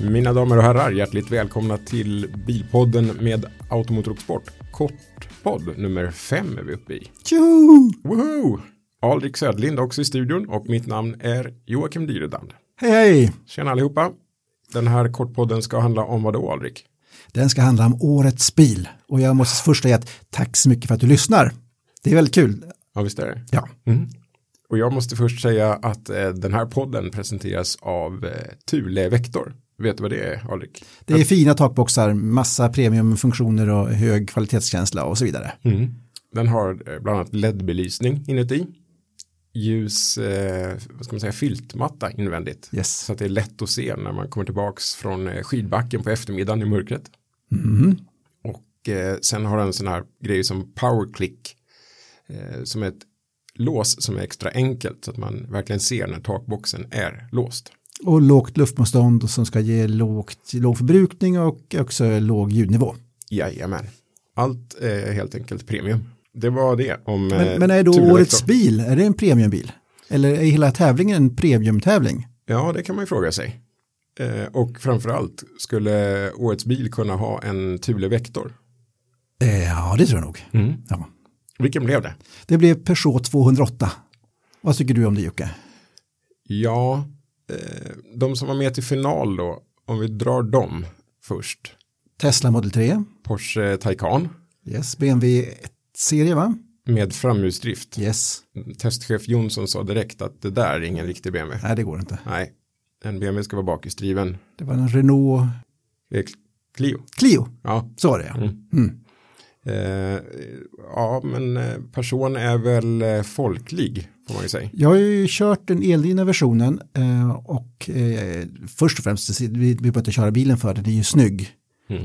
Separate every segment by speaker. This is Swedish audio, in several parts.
Speaker 1: Mina damer och herrar, hjärtligt välkomna till Bilpodden med Automotor och Sport. Kortpodd nummer fem är vi uppe i.
Speaker 2: Tjoho!
Speaker 1: Woho! Alrik Södlind är också i studion och mitt namn är Joakim Dyredand.
Speaker 2: Hej hej!
Speaker 1: Tjena allihopa! Den här kortpodden ska handla om vad då Alrik?
Speaker 2: Den ska handla om årets bil och jag måste först säga att tack så mycket för att du lyssnar. Det är väldigt kul.
Speaker 1: Ja visst är det.
Speaker 2: Ja,
Speaker 1: Och jag måste först säga att eh, den här podden presenteras av eh, Thule Vector. Vet du vad det är Alrik?
Speaker 2: det är fina takboxar, massa premiumfunktioner och hög kvalitetskänsla och så vidare.
Speaker 1: Den har eh, bland annat LED-belysning inuti. Ljus, eh, vad ska man säga, filtmatta invändigt.
Speaker 2: Yes.
Speaker 1: Så att det är lätt att se när man kommer tillbaks från eh, skidbacken på eftermiddagen i mörkret.
Speaker 2: Mm.
Speaker 1: Och eh, sen har den sån här grej som power click. Eh, som är ett lås som är extra enkelt så att man verkligen ser när takboxen är låst.
Speaker 2: Och lågt luftmotstånd som ska ge lågt, låg förbrukning och också låg ljudnivå.
Speaker 1: Jajamän. Allt är helt enkelt premium. Det var det om eh,
Speaker 2: Men, men är då
Speaker 1: Thule
Speaker 2: årets
Speaker 1: Vector.
Speaker 2: bil, är det en premiumbil? Eller är hela tävlingen en premiumtävling?
Speaker 1: Ja, det kan man ju fråga sig. Eh, och framförallt, skulle årets bil kunna ha en Thule Vector?
Speaker 2: Eh, Ja, det tror jag nog.
Speaker 1: Mm.
Speaker 2: Ja.
Speaker 1: Vilken blev det?
Speaker 2: Det blev Peugeot 208. Vad tycker du om det Jocke?
Speaker 1: Ja, eh, de som var med till final då, om vi drar dem först.
Speaker 2: Tesla Model 3,
Speaker 1: Porsche Taycan
Speaker 2: Yes, BMW 1-serie va?
Speaker 1: med framhjulsdrift.
Speaker 2: Yes.
Speaker 1: Testchef Jonsson sa direkt att det där är ingen riktig BMW.
Speaker 2: Nej, det går inte.
Speaker 1: Nej, en BMW ska vara bakhjulsdriven.
Speaker 2: Det var en Renault
Speaker 1: Det är Clio.
Speaker 2: Clio.
Speaker 1: Ja,
Speaker 2: Så var det ja.
Speaker 1: eh, ja men eh, person är väl eh, folklig får man ju säga.
Speaker 2: Jag har ju kört den eldrivna versionen eh, och eh, först och främst, vi, vi behöver inte köra bilen för den, den är ju snygg.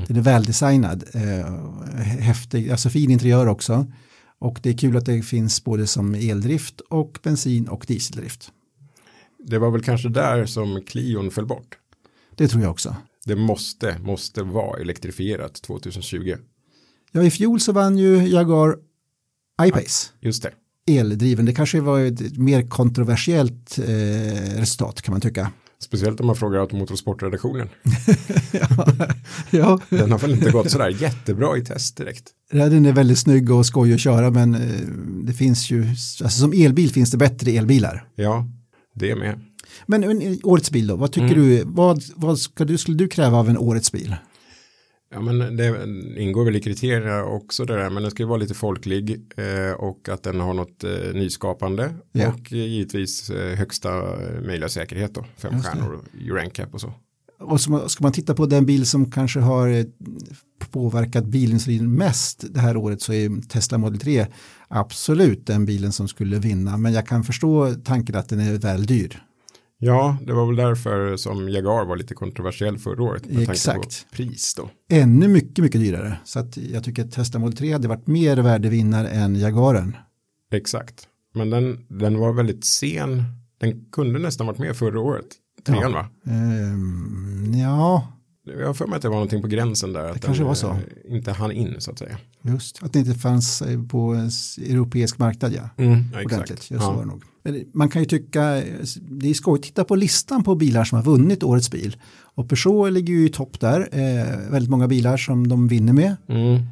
Speaker 2: Den är väldesignad, eh, häftig, alltså fin interiör också. Och det är kul att det finns både som eldrift och bensin och dieseldrift.
Speaker 1: Det var väl kanske där som Clion föll bort.
Speaker 2: Det tror jag också.
Speaker 1: Det måste, måste vara elektrifierat 2020.
Speaker 2: Ja, i fjol så vann ju Jaguar I-Pace.
Speaker 1: Just det.
Speaker 2: eldriven. Det kanske var ett mer kontroversiellt eh, resultat kan man tycka.
Speaker 1: Speciellt om man frågar Automotorsportredaktionen.
Speaker 2: ja.
Speaker 1: Den har väl inte gått sådär jättebra i test direkt.
Speaker 2: Den är väldigt snygg och skoj att köra men eh, det finns ju, alltså som elbil finns det bättre elbilar.
Speaker 1: Ja, det med.
Speaker 2: Men, men årets bil då, vad tycker du, vad, vad ska du, skulle du kräva av en årets bil?
Speaker 1: Ja, men det ingår väl i kriterierna också det där, men den ska ju vara lite folklig eh, och att den har något eh, nyskapande
Speaker 2: Ja.
Speaker 1: och eh, givetvis eh, högsta eh, möjliga säkerhet då, fem stjärnor och Euro NCAP och så.
Speaker 2: Och så, ska man titta på den bil som kanske har eh, påverkat bilindustrin mest det här året så är Tesla Model 3 absolut den bilen som skulle vinna men jag kan förstå tanken att den är väl dyr.
Speaker 1: Ja, det var väl därför som Jaguar var lite kontroversiell förra året med tanke
Speaker 2: Exakt.
Speaker 1: på pris då.
Speaker 2: ännu mycket, mycket dyrare. Så att jag tycker att Tesla Model 3 hade varit mer värdevinnare än Jaguaren.
Speaker 1: Exakt. Men den, den var väldigt sen. Den kunde nästan varit med förra året. Trean va?
Speaker 2: Ehm, ja,
Speaker 1: Jag har för mig att det var någonting på gränsen där. att
Speaker 2: kanske
Speaker 1: den,
Speaker 2: var så.
Speaker 1: eh, Inte hann in så att säga.
Speaker 2: just att det inte fanns eh, på en s- europeisk marknad. Ja.
Speaker 1: Ja,
Speaker 2: Mm, Ordentligt,
Speaker 1: exakt.
Speaker 2: just så var
Speaker 1: Ja.
Speaker 2: det nog. Men man kan ju tycka, eh, det är skoj, titta på listan på bilar som har vunnit årets bil. Och Peugeot ligger ju i topp där, eh, väldigt många bilar som de vinner med.
Speaker 1: Mm.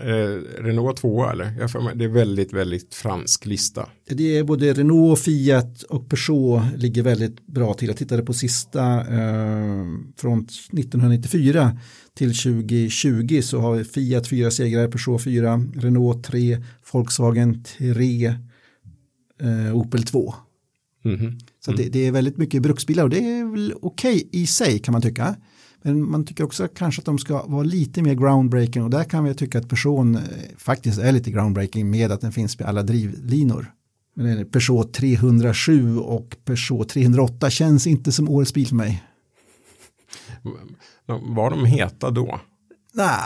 Speaker 1: Eh, Renault 2 eller? Jag har för mig, det är väldigt, väldigt fransk lista.
Speaker 2: Det är både Renault, Fiat och Peugeot ligger väldigt bra till. Jag tittade på sista eh, från 1994 till 2020 så har Fiat fyra segrar, Peugeot fyra, Renault tre, Volkswagen tre, eh, Opel 2.
Speaker 1: Mhm.
Speaker 2: Så att det, det är väldigt mycket bruksbilar och det är väl okej i sig kan man tycka. Men man tycker också kanske att de ska vara lite mer groundbreaking och där kan vi tycka att person eh, faktiskt är lite groundbreaking med att den finns på alla drivlinor. Men det är Peugeot 307 och Peugeot 308 känns inte som årets bil för mig.
Speaker 1: Var de heta då?
Speaker 2: Nej,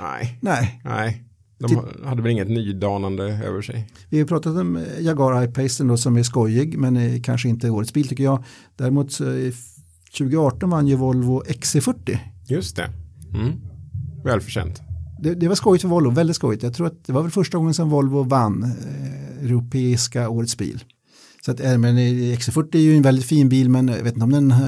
Speaker 1: Nej.
Speaker 2: nej.
Speaker 1: Nej. De
Speaker 2: Typ-
Speaker 1: ha- hade väl inget nydanande över sig.
Speaker 2: Vi har pratat om eh, Jaguar I-Pacen då som är skojig men eh, kanske inte årets bil tycker jag. Däremot så eh, 2018 vann ju Volvo E XC40.
Speaker 1: Just det. Mm. Välförtjänt.
Speaker 2: Det, det var skojigt för Volvo, väldigt skojigt. Jag tror att det var väl första gången som Volvo vann eh, europeiska årets bil. Så att, eh, men eh, XC40 är ju en väldigt fin bil men jag vet inte om den eh,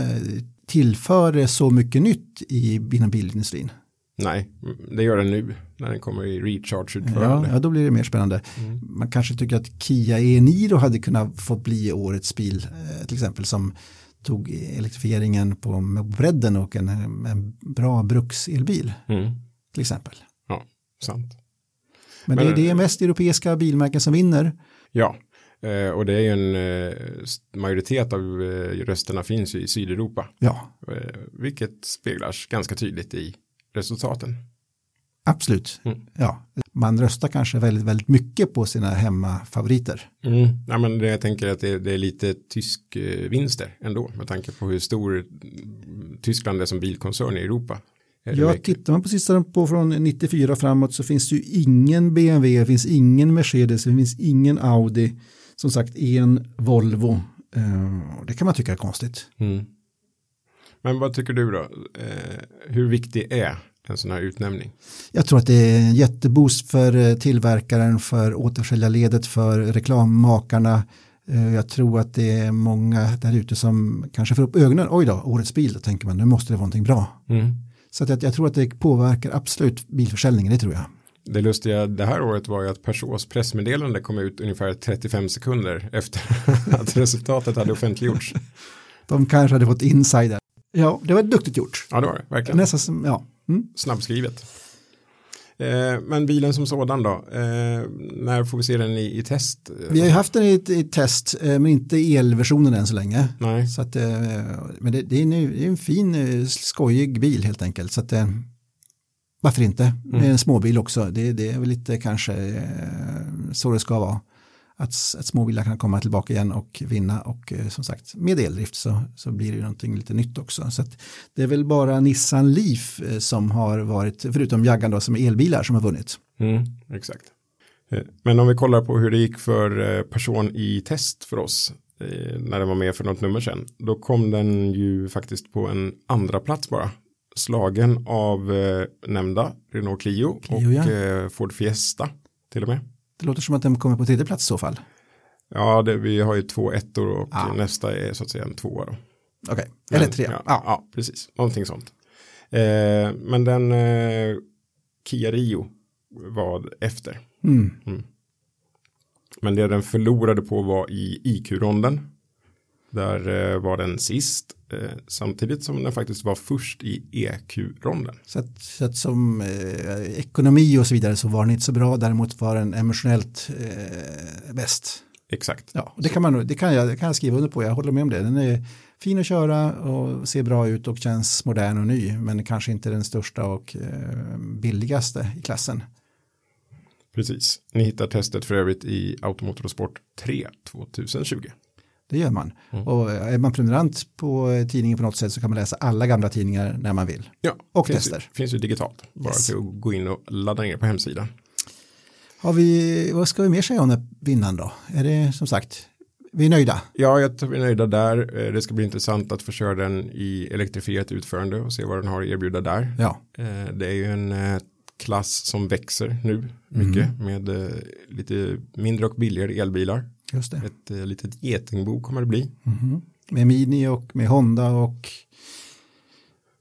Speaker 2: tillför så mycket nytt i inom bilindustrin.
Speaker 1: Nej, det gör den nu när den kommer i
Speaker 2: Ja,
Speaker 1: recharge-utförande.
Speaker 2: ja, då blir det mer spännande.
Speaker 1: Mm.
Speaker 2: Man kanske tycker att Kia e-Niro hade kunnat få bli årets bil eh, till exempel som tog elektrifieringen på bredden och en, en bra brukselbil
Speaker 1: Mm.
Speaker 2: till exempel.
Speaker 1: Ja, sant.
Speaker 2: Men,
Speaker 1: Men-
Speaker 2: det, det är mest europeiska bilmärken som vinner.
Speaker 1: Ja, eh, och det är ju en eh, s- majoritet av eh, rösterna finns ju i Sydeuropa,
Speaker 2: Ja,
Speaker 1: eh, vilket speglas ganska tydligt i resultaten.
Speaker 2: Absolut.
Speaker 1: Mm.
Speaker 2: Ja. Man röstar kanske väldigt, väldigt mycket på sina hemmafavoriter.
Speaker 1: Mm. Ja, men det, jag tänker att det, det är lite tysk eh, vinster ändå med tanke på hur stor mm, Tyskland är som bilkoncern i Europa. Är det
Speaker 2: Ja,
Speaker 1: mycket?
Speaker 2: tittar man på sistone på från 94 framåt så finns det ju ingen BMW, det finns ingen Mercedes, det finns ingen Audi, som sagt en Volvo. Eh, och Det kan man tycka är konstigt.
Speaker 1: Mm. Men vad tycker du då? Eh, hur viktig är en sån här utnämning?
Speaker 2: Jag tror att det är en jätteboost för eh, tillverkaren, för återförsäljarledet, för reklammakarna. Eh, Jag tror att det är många där ute som kanske får upp ögonen. Oj då, årets bil, då tänker man, nu måste det vara någonting bra. Så att jag, jag tror att det påverkar absolut bilförsäljningen, det tror jag.
Speaker 1: Det lustiga det här året var ju att Peugeots pressmeddelande kom ut ungefär 35 sekunder efter att resultatet hade offentliggjorts.
Speaker 2: De kanske hade fått insider. Ja, det var duktigt gjort.
Speaker 1: Ja, det var det, verkligen.
Speaker 2: Nästan som, ja. Mm.
Speaker 1: Snabbskrivet. Eh, men bilen som sådan då? Eh, när får vi se den i, i test?
Speaker 2: Vi har ju haft den i ett i ett test, eh, men inte elversionen än så länge.
Speaker 1: Nej,
Speaker 2: Så att, eh, men det, det, är nu, det är en fin, eh, skojig bil helt enkelt. Så att, eh, varför inte?
Speaker 1: Mm.
Speaker 2: Det är en småbil också. Det, det är väl lite kanske eh, så det ska vara. Att, s- att småbilar kan komma tillbaka igen och vinna och eh, som sagt med eldrift så, så blir det ju någonting lite nytt också. Så att det är väl bara Nissan Leaf eh, som har varit, förutom Jaggan då som är elbilar som har vunnit.
Speaker 1: mm, exakt. Eh, men om vi kollar på hur det gick för eh, person i test för oss eh, när den var med för något nummer sedan. Då kom den ju faktiskt på en andra plats bara. Slagen av eh, nämnda Renault Clio,
Speaker 2: Clio,
Speaker 1: och
Speaker 2: ja.
Speaker 1: eh, Ford Fiesta till och med.
Speaker 2: Det låter som att den kommer på tredje plats i så fall.
Speaker 1: Ja, det, vi har ju två ettor och
Speaker 2: Ah.
Speaker 1: nästa är så att säga en tvåa. Då.
Speaker 2: Okej,
Speaker 1: Men,
Speaker 2: eller tre.
Speaker 1: Ja,
Speaker 2: Ja.
Speaker 1: ja. precis. Någonting sånt. Eh, men den eh, Kia Rio var efter.
Speaker 2: Mm.
Speaker 1: Men det den förlorade på var i IQ-ronden. Där eh, var den sist. Eh, samtidigt som den faktiskt var först i E EQ-ronden.
Speaker 2: Så att, så att som eh, ekonomi och så vidare så var den inte så bra, däremot var den emotionellt eh, bäst.
Speaker 1: Exakt.
Speaker 2: Ja, och det kan, man, nog- det, kan jag, det kan jag skriva under på, jag håller med om det. Den är fin att köra och ser bra ut och känns modern och ny, men kanske inte den största och eh, billigaste i klassen.
Speaker 1: Precis. Ni hittar testet för övrigt i Automotorsport 3 2020.
Speaker 2: Det gör man. Och är man prenumerant på tidningen på något sätt så kan man läsa alla gamla tidningar när man vill.
Speaker 1: Ja,
Speaker 2: Och
Speaker 1: finns
Speaker 2: tester.
Speaker 1: Ju, finns ju digitalt. Bara
Speaker 2: Yes.
Speaker 1: till att gå in och ladda ner på hemsidan.
Speaker 2: Har vi, vad ska vi mer säga om den här vinnaren då? Är det som sagt, vi är nöjda.
Speaker 1: Ja, jag tror vi är nöjda där. Eh, Det ska bli intressant att få köra den i elektrifierat utförande och se vad den har att erbjuda där.
Speaker 2: Ja,
Speaker 1: Eh, Det är ju en eh, klass som växer nu mycket
Speaker 2: Mm.
Speaker 1: med eh, lite mindre och billigare elbilar.
Speaker 2: just det.
Speaker 1: Ett eh, litet getingbo kommer det bli.
Speaker 2: Mm. Med Mini och med Honda och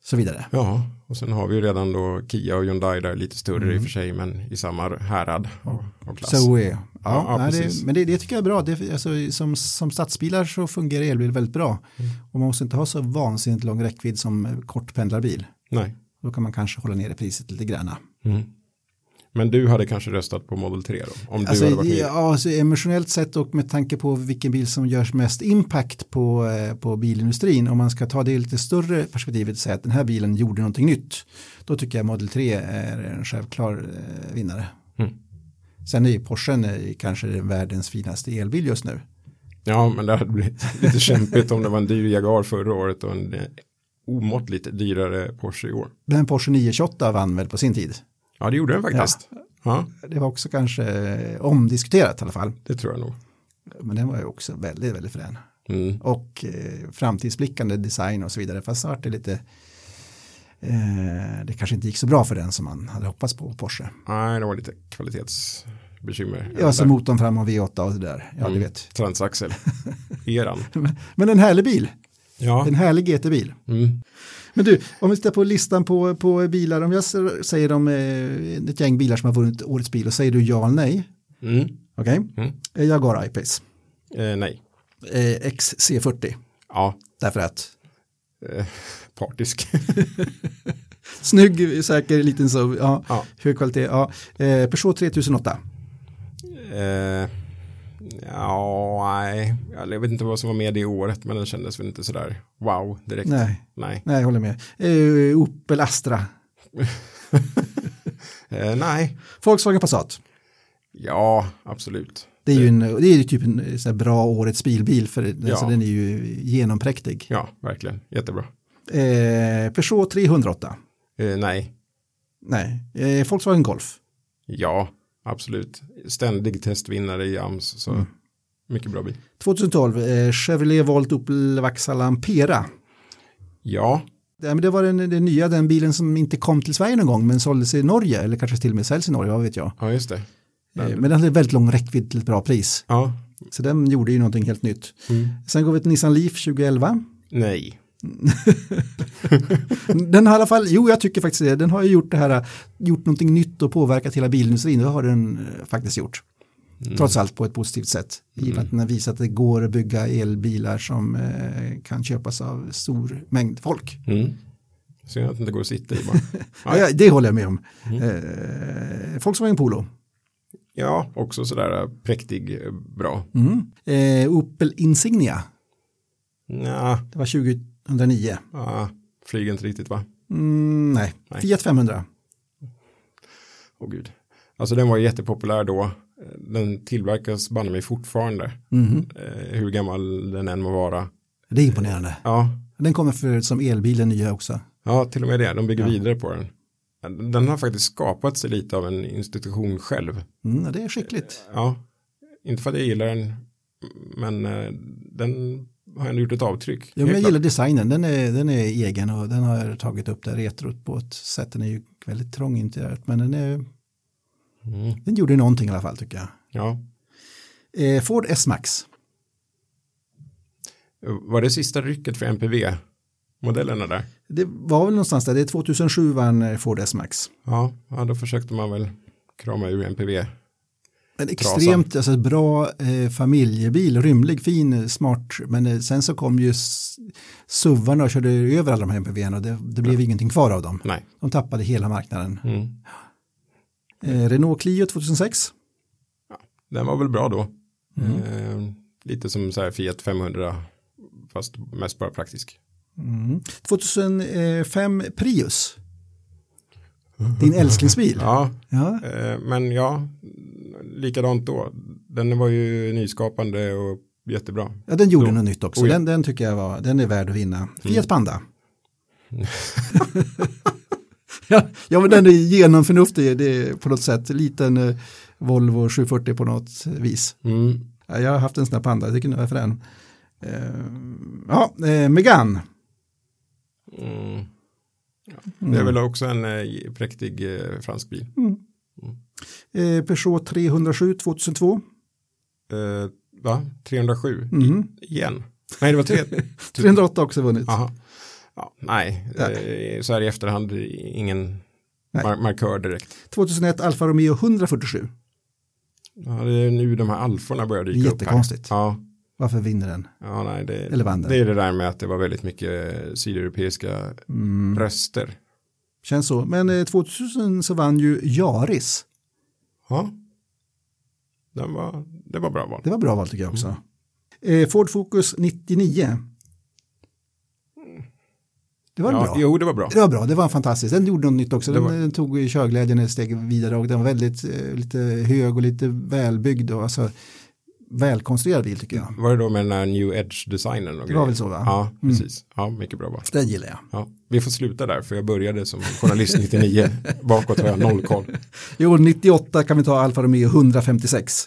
Speaker 2: så vidare.
Speaker 1: Ja, och sen har vi ju redan då Kia och Hyundai där, lite större i och för sig, men i samma härad av, av klass.
Speaker 2: Mm. Så är ja,
Speaker 1: ja,
Speaker 2: nej,
Speaker 1: precis.
Speaker 2: det, Men det, det tycker jag är bra. Det, alltså, som, som stadsbilar så fungerar elbil väldigt bra.
Speaker 1: Mm.
Speaker 2: Och man måste inte ha så vansinnigt lång räckvidd som eh, kort pendlarbil.
Speaker 1: Nej.
Speaker 2: Då kan man kanske hålla nere priset lite granna.
Speaker 1: Mm. Men du hade kanske röstat på Model 3 då? Om
Speaker 2: Alltså,
Speaker 1: du hade varit med.
Speaker 2: ja, alltså, emotionellt sett och med tanke på vilken bil som görs mest impact på, eh, på bilindustrin, om man ska ta det i lite större perspektivet och säga att den här bilen gjorde någonting nytt, då tycker jag Model 3 är en självklar eh, vinnare.
Speaker 1: Mm.
Speaker 2: Sen är ju Porschen eh, kanske världens finaste elbil just nu.
Speaker 1: Ja, men det hade blivit lite kämpigt om det var en dyr Jaguar förra året och en eh, omåttligt dyrare Porsche i år.
Speaker 2: Men Porsche 928 vann väl på sin tid.
Speaker 1: Ja, det gjorde den faktiskt. Ja.
Speaker 2: Det var också kanske eh, omdiskuterat i alla fall.
Speaker 1: det tror jag nog.
Speaker 2: Men den var ju också väldigt, väldigt frän.
Speaker 1: Mm.
Speaker 2: och eh, framtidsblickande design och så vidare. Fast så vart det lite, eh, det kanske inte gick så bra för den som man hade hoppats på Porsche.
Speaker 1: Nej, det var lite kvalitetsbekymmer.
Speaker 2: Ja, så motorn fram och V8 och det där, ja du
Speaker 1: Mm.
Speaker 2: vet.
Speaker 1: Transaxel. Eran.
Speaker 2: Men en härlig bil,
Speaker 1: Ja.
Speaker 2: en härlig GT-bil.
Speaker 1: Mm.
Speaker 2: Men du, om vi tittar på listan på, på bilar, om jag s- säger om eh, ett gäng bilar som har vunnit årets bil och säger du ja eller nej,
Speaker 1: Mm.
Speaker 2: okej?
Speaker 1: Mm.
Speaker 2: Eh, Jag går I-Pace,
Speaker 1: Eh, nej.
Speaker 2: eh, XC40,
Speaker 1: Ja,
Speaker 2: därför att
Speaker 1: eh, partisk.
Speaker 2: snygg, säker, liten så, ja,
Speaker 1: Ja.
Speaker 2: hög kvalitet, ja. Eh, Peugeot 3008.
Speaker 1: eh, ja, nej. Jag vet inte vad som var med det året, men den kändes väl inte sådär wow direkt.
Speaker 2: Nej.
Speaker 1: Nej.
Speaker 2: Nej, jag håller med. Eh, Opel Astra.
Speaker 1: Eh, nej.
Speaker 2: Volkswagen Passat.
Speaker 1: Ja, absolut.
Speaker 2: Det är ju en, det är ju typ en eh, så här bra årets bilbil för den-
Speaker 1: Ja.
Speaker 2: alltså, den är ju genompräktig.
Speaker 1: Ja, verkligen. Jättebra.
Speaker 2: Eh, Peugeot 308.
Speaker 1: Eh, nej.
Speaker 2: Nej, eh, Volkswagen Golf.
Speaker 1: Ja, absolut. Ständig testvinnare i AMS, så mycket bra bil.
Speaker 2: 2012, eh, Chevrolet Volt Opel Vaxxalam Ampera.
Speaker 1: Ja,
Speaker 2: Det, men det var den, den nya, den bilen som inte kom till Sverige någon gång men såldes i Norge eller kanske till och med säljs i Norge, vad vet jag.
Speaker 1: ja just det.
Speaker 2: Eh, men den hade väldigt lång räckvidd till ett bra pris.
Speaker 1: Ja,
Speaker 2: Så den gjorde ju någonting helt nytt. Sen går vi till Nissan Leaf 2011.
Speaker 1: nej.
Speaker 2: Den har i alla fall, jo jag tycker faktiskt det, den har ju gjort det här, gjort någonting nytt och påverkat hela bilindustrin, det har den eh, faktiskt gjort. Trots allt på ett positivt sätt, i och med att den har visat att det går att bygga elbilar som eh, kan köpas av stor mängd folk.
Speaker 1: Mm. Synd att det inte går att sitta i bara.
Speaker 2: Ja, ja, det håller jag med om. Eh, Volkswagen Polo,
Speaker 1: Ja, också sådär eh, präktig, eh, bra.
Speaker 2: eh, Opel Insignia,
Speaker 1: Nja,
Speaker 2: det var 2009.
Speaker 1: ah, flyger inte riktigt va?
Speaker 2: Mm, nej.
Speaker 1: Nej.
Speaker 2: Fiat 500.
Speaker 1: Åh gud. Alltså den var ju jättepopulär då. Den tillverkas banne mig fortfarande. Eh, hur gammal den än må vara.
Speaker 2: Det är imponerande.
Speaker 1: Ja,
Speaker 2: Den kommer för, som elbil, den nya också.
Speaker 1: ja till och med det. De bygger vidare på den. Den har faktiskt skapat sig lite av en institution själv.
Speaker 2: Mm, det är skickligt.
Speaker 1: Ja, inte för att jag gillar den. Men eh, den har ändå gjort ett avtryck.
Speaker 2: Ja, men
Speaker 1: Helt
Speaker 2: jag
Speaker 1: klart.
Speaker 2: gillar designen, den är, den är egen och den har tagit upp det retrot på ett sätt. Den är ju väldigt trång interiört, men den, är,
Speaker 1: Mm.
Speaker 2: den gjorde någonting i alla fall tycker jag.
Speaker 1: Ja.
Speaker 2: Eh, Ford S-Max,
Speaker 1: Var det sista rycket för MPV-modellerna där?
Speaker 2: det var väl någonstans där, det är 2007 vann eh, Ford S-Max.
Speaker 1: Ja, ja, då försökte man väl krama ur MPV.
Speaker 2: En extremt alltså, bra eh, familjebil, rymlig, fin, eh, smart, men eh, sen så kom ju s- SUVarna och körde över alla de här MPVn och det, det blev ingenting kvar av dem.
Speaker 1: Nej.
Speaker 2: De tappade hela marknaden.
Speaker 1: Mm.
Speaker 2: Eh, Renault Clio 2006,
Speaker 1: Den var väl bra då.
Speaker 2: Mm.
Speaker 1: Eh, lite som så här Fiat 500 fast mest bara praktisk.
Speaker 2: Mm. 2005 Prius. Din älsklingsbil.
Speaker 1: Ja,
Speaker 2: Ja.
Speaker 1: eh, men ja, likadant då. Den var ju nyskapande och jättebra.
Speaker 2: Ja, den gjorde något nytt också.
Speaker 1: Oh, ja.
Speaker 2: den, den tycker jag var, den är värd att vinna.
Speaker 1: Mm.
Speaker 2: Fiat Panda. ja, ja, men den är genomförnuftig det är på något sätt. Liten eh, Volvo 740 på något vis.
Speaker 1: Mm.
Speaker 2: Ja, jag har haft en sån här Panda, jag tycker den var frän. Eh, ja, eh, Megane.
Speaker 1: Mm. Ja.
Speaker 2: Mm.
Speaker 1: Det är väl också en eh, präktig eh, fransk bil.
Speaker 2: Eh, Peugeot 307 2002.
Speaker 1: Eh, va? 307?
Speaker 2: Mhm.
Speaker 1: Igen? Nej, det var tre.
Speaker 2: 308 har också vunnit.
Speaker 1: Aha. Ja, nej, Eh, så här i efterhand ingen
Speaker 2: Nej.
Speaker 1: mar- markör direkt.
Speaker 2: 2001 Alfa Romeo 147.
Speaker 1: Ja, det är nu de här alforna börjar dyka upp. här.
Speaker 2: Jättekonstigt.
Speaker 1: Ja,
Speaker 2: Varför vinner den?
Speaker 1: ja, nej, det,
Speaker 2: Eller vann den.
Speaker 1: det är det där med att det var väldigt mycket eh, sydeuropeiska
Speaker 2: Mm.
Speaker 1: röster.
Speaker 2: Känns så. Men eh, 2000 så vann ju Jaris.
Speaker 1: Ja. Den var, det var bra val.
Speaker 2: Det var bra val tycker jag också.
Speaker 1: Mm.
Speaker 2: Eh, Ford Focus 99. Det var
Speaker 1: ja,
Speaker 2: bra.
Speaker 1: Jo, det var bra.
Speaker 2: Det var bra, det var fantastiskt. Den gjorde något nytt också.
Speaker 1: Det
Speaker 2: Den,
Speaker 1: var-
Speaker 2: den tog ju körglädjen ett steg vidare och den var väldigt eh, lite hög och lite välbyggd och alltså välkonstruerad bil tycker jag.
Speaker 1: Var det då med den här New Edge-designen? och
Speaker 2: Det
Speaker 1: grejer?
Speaker 2: var väl så va? Mm.
Speaker 1: Ja, precis. Ja, mycket bra val.
Speaker 2: Den gillar jag.
Speaker 1: Ja, vi får sluta där, för jag började som journalist 99. Bakåt har jag noll koll.
Speaker 2: I år 98 kan vi ta Alfa Romeo 156.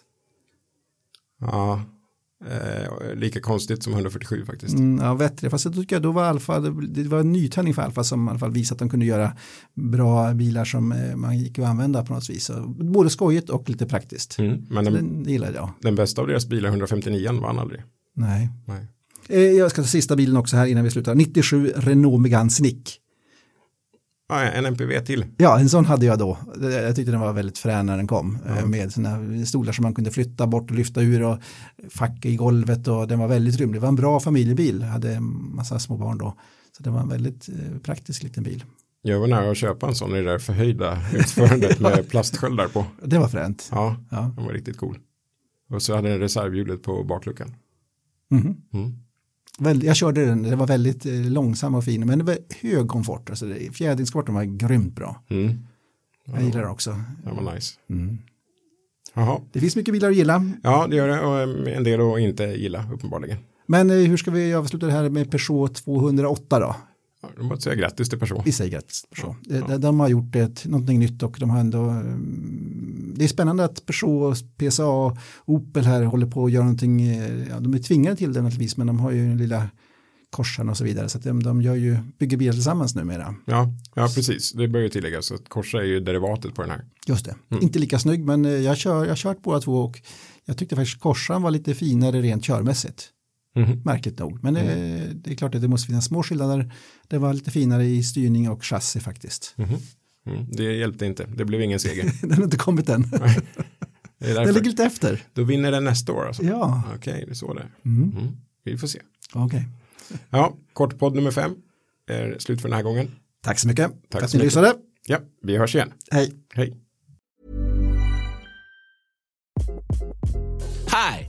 Speaker 1: Ja, eh, lika konstigt som 147 faktiskt.
Speaker 2: Mm, ja, bättre. Fast jag tycker jag då var Alfa, det det var en nytändning för Alfa som i alla fall visade att de kunde göra bra bilar som eh, man gick att använda på något vis. Så Både skojigt och lite praktiskt.
Speaker 1: Mm. Men den,
Speaker 2: Den gillar jag.
Speaker 1: den bästa av deras bilar, 159, vann aldrig.
Speaker 2: Nej.
Speaker 1: Nej.
Speaker 2: Eh, Jag ska ta sista bilen också här innan vi slutar. 97 Renault Megane Snick.
Speaker 1: Ah, ja, en MPV till.
Speaker 2: Ja, en sån hade jag då. Det- Jag tyckte den var väldigt frän när den kom. eh, Med sina stolar som man kunde flytta bort och lyfta ur och fack i golvet och den var väldigt rymlig. Det var en bra familjebil, hade en massa små barn då. Så det var en väldigt eh, praktisk liten bil.
Speaker 1: Jag var nära att köpa en sån i det där förhöjda utförandet med plastsköldar på.
Speaker 2: Det var fränt.
Speaker 1: Ja,
Speaker 2: Ja.
Speaker 1: den var riktigt cool. Och så hade den reservhjulet på bakluckan.
Speaker 2: Mhm.
Speaker 1: Mm.
Speaker 2: Väl- Jag körde den, den var väldigt eh, långsam och fin, men det var hög komfort. Alltså det- Fjädringskomforten var grymt bra.
Speaker 1: Mm.
Speaker 2: Jag gillar den också.
Speaker 1: Den var nice.
Speaker 2: Mm.
Speaker 1: Jaha.
Speaker 2: Det finns mycket bilar att gilla,
Speaker 1: Ja, det gör det. Och em, en del att inte gilla, uppenbarligen.
Speaker 2: men eh, hur ska vi avsluta det här med Peugeot 208 då?
Speaker 1: Ja, Då måste jag säga grattis till person.
Speaker 2: Vi säger grattis Peugeot. Eh, De, de har gjort ett, någonting nytt och de har ändå... mm, Det är spännande att Peugeot, PSA och Opel här håller på att göra någonting. eh, Ja, de är tvingade till det naturligtvis men de har ju den lilla korsan och så vidare. Så att de, de gör ju, bygger bilar tillsammans numera.
Speaker 1: Ja, ja, precis. Det bör ju tilläggas att Corsa är ju derivatet på den här.
Speaker 2: Just det.
Speaker 1: Mm.
Speaker 2: Inte lika snygg men eh, jag, kör, jag har kört båda två och jag tyckte faktiskt korsan var lite finare rent körmässigt.
Speaker 1: Mhm.
Speaker 2: Märkligt nog. Men
Speaker 1: Mm-hmm.
Speaker 2: eh, det är klart att det måste finnas små skillnader. Det var lite finare i styrning och chassi faktiskt.
Speaker 1: Mm. Det hjälpte inte. Det blev ingen seger.
Speaker 2: Den har inte kommit än.
Speaker 1: Det är
Speaker 2: Den
Speaker 1: därför.
Speaker 2: ligger lite efter.
Speaker 1: Då vinner den nästa år alltså.
Speaker 2: Ja,
Speaker 1: Okej, det är så det är.
Speaker 2: Mm.
Speaker 1: Mm. Vi får se.
Speaker 2: okej.
Speaker 1: Ja, kortpodd nummer fem är slut för den här gången.
Speaker 2: Tack så mycket.
Speaker 1: Tack så
Speaker 2: Tack för att ni
Speaker 1: mycket.
Speaker 2: lyssnade.
Speaker 1: Ja, vi hörs igen.
Speaker 2: Hej.
Speaker 1: Hej.
Speaker 3: Hi,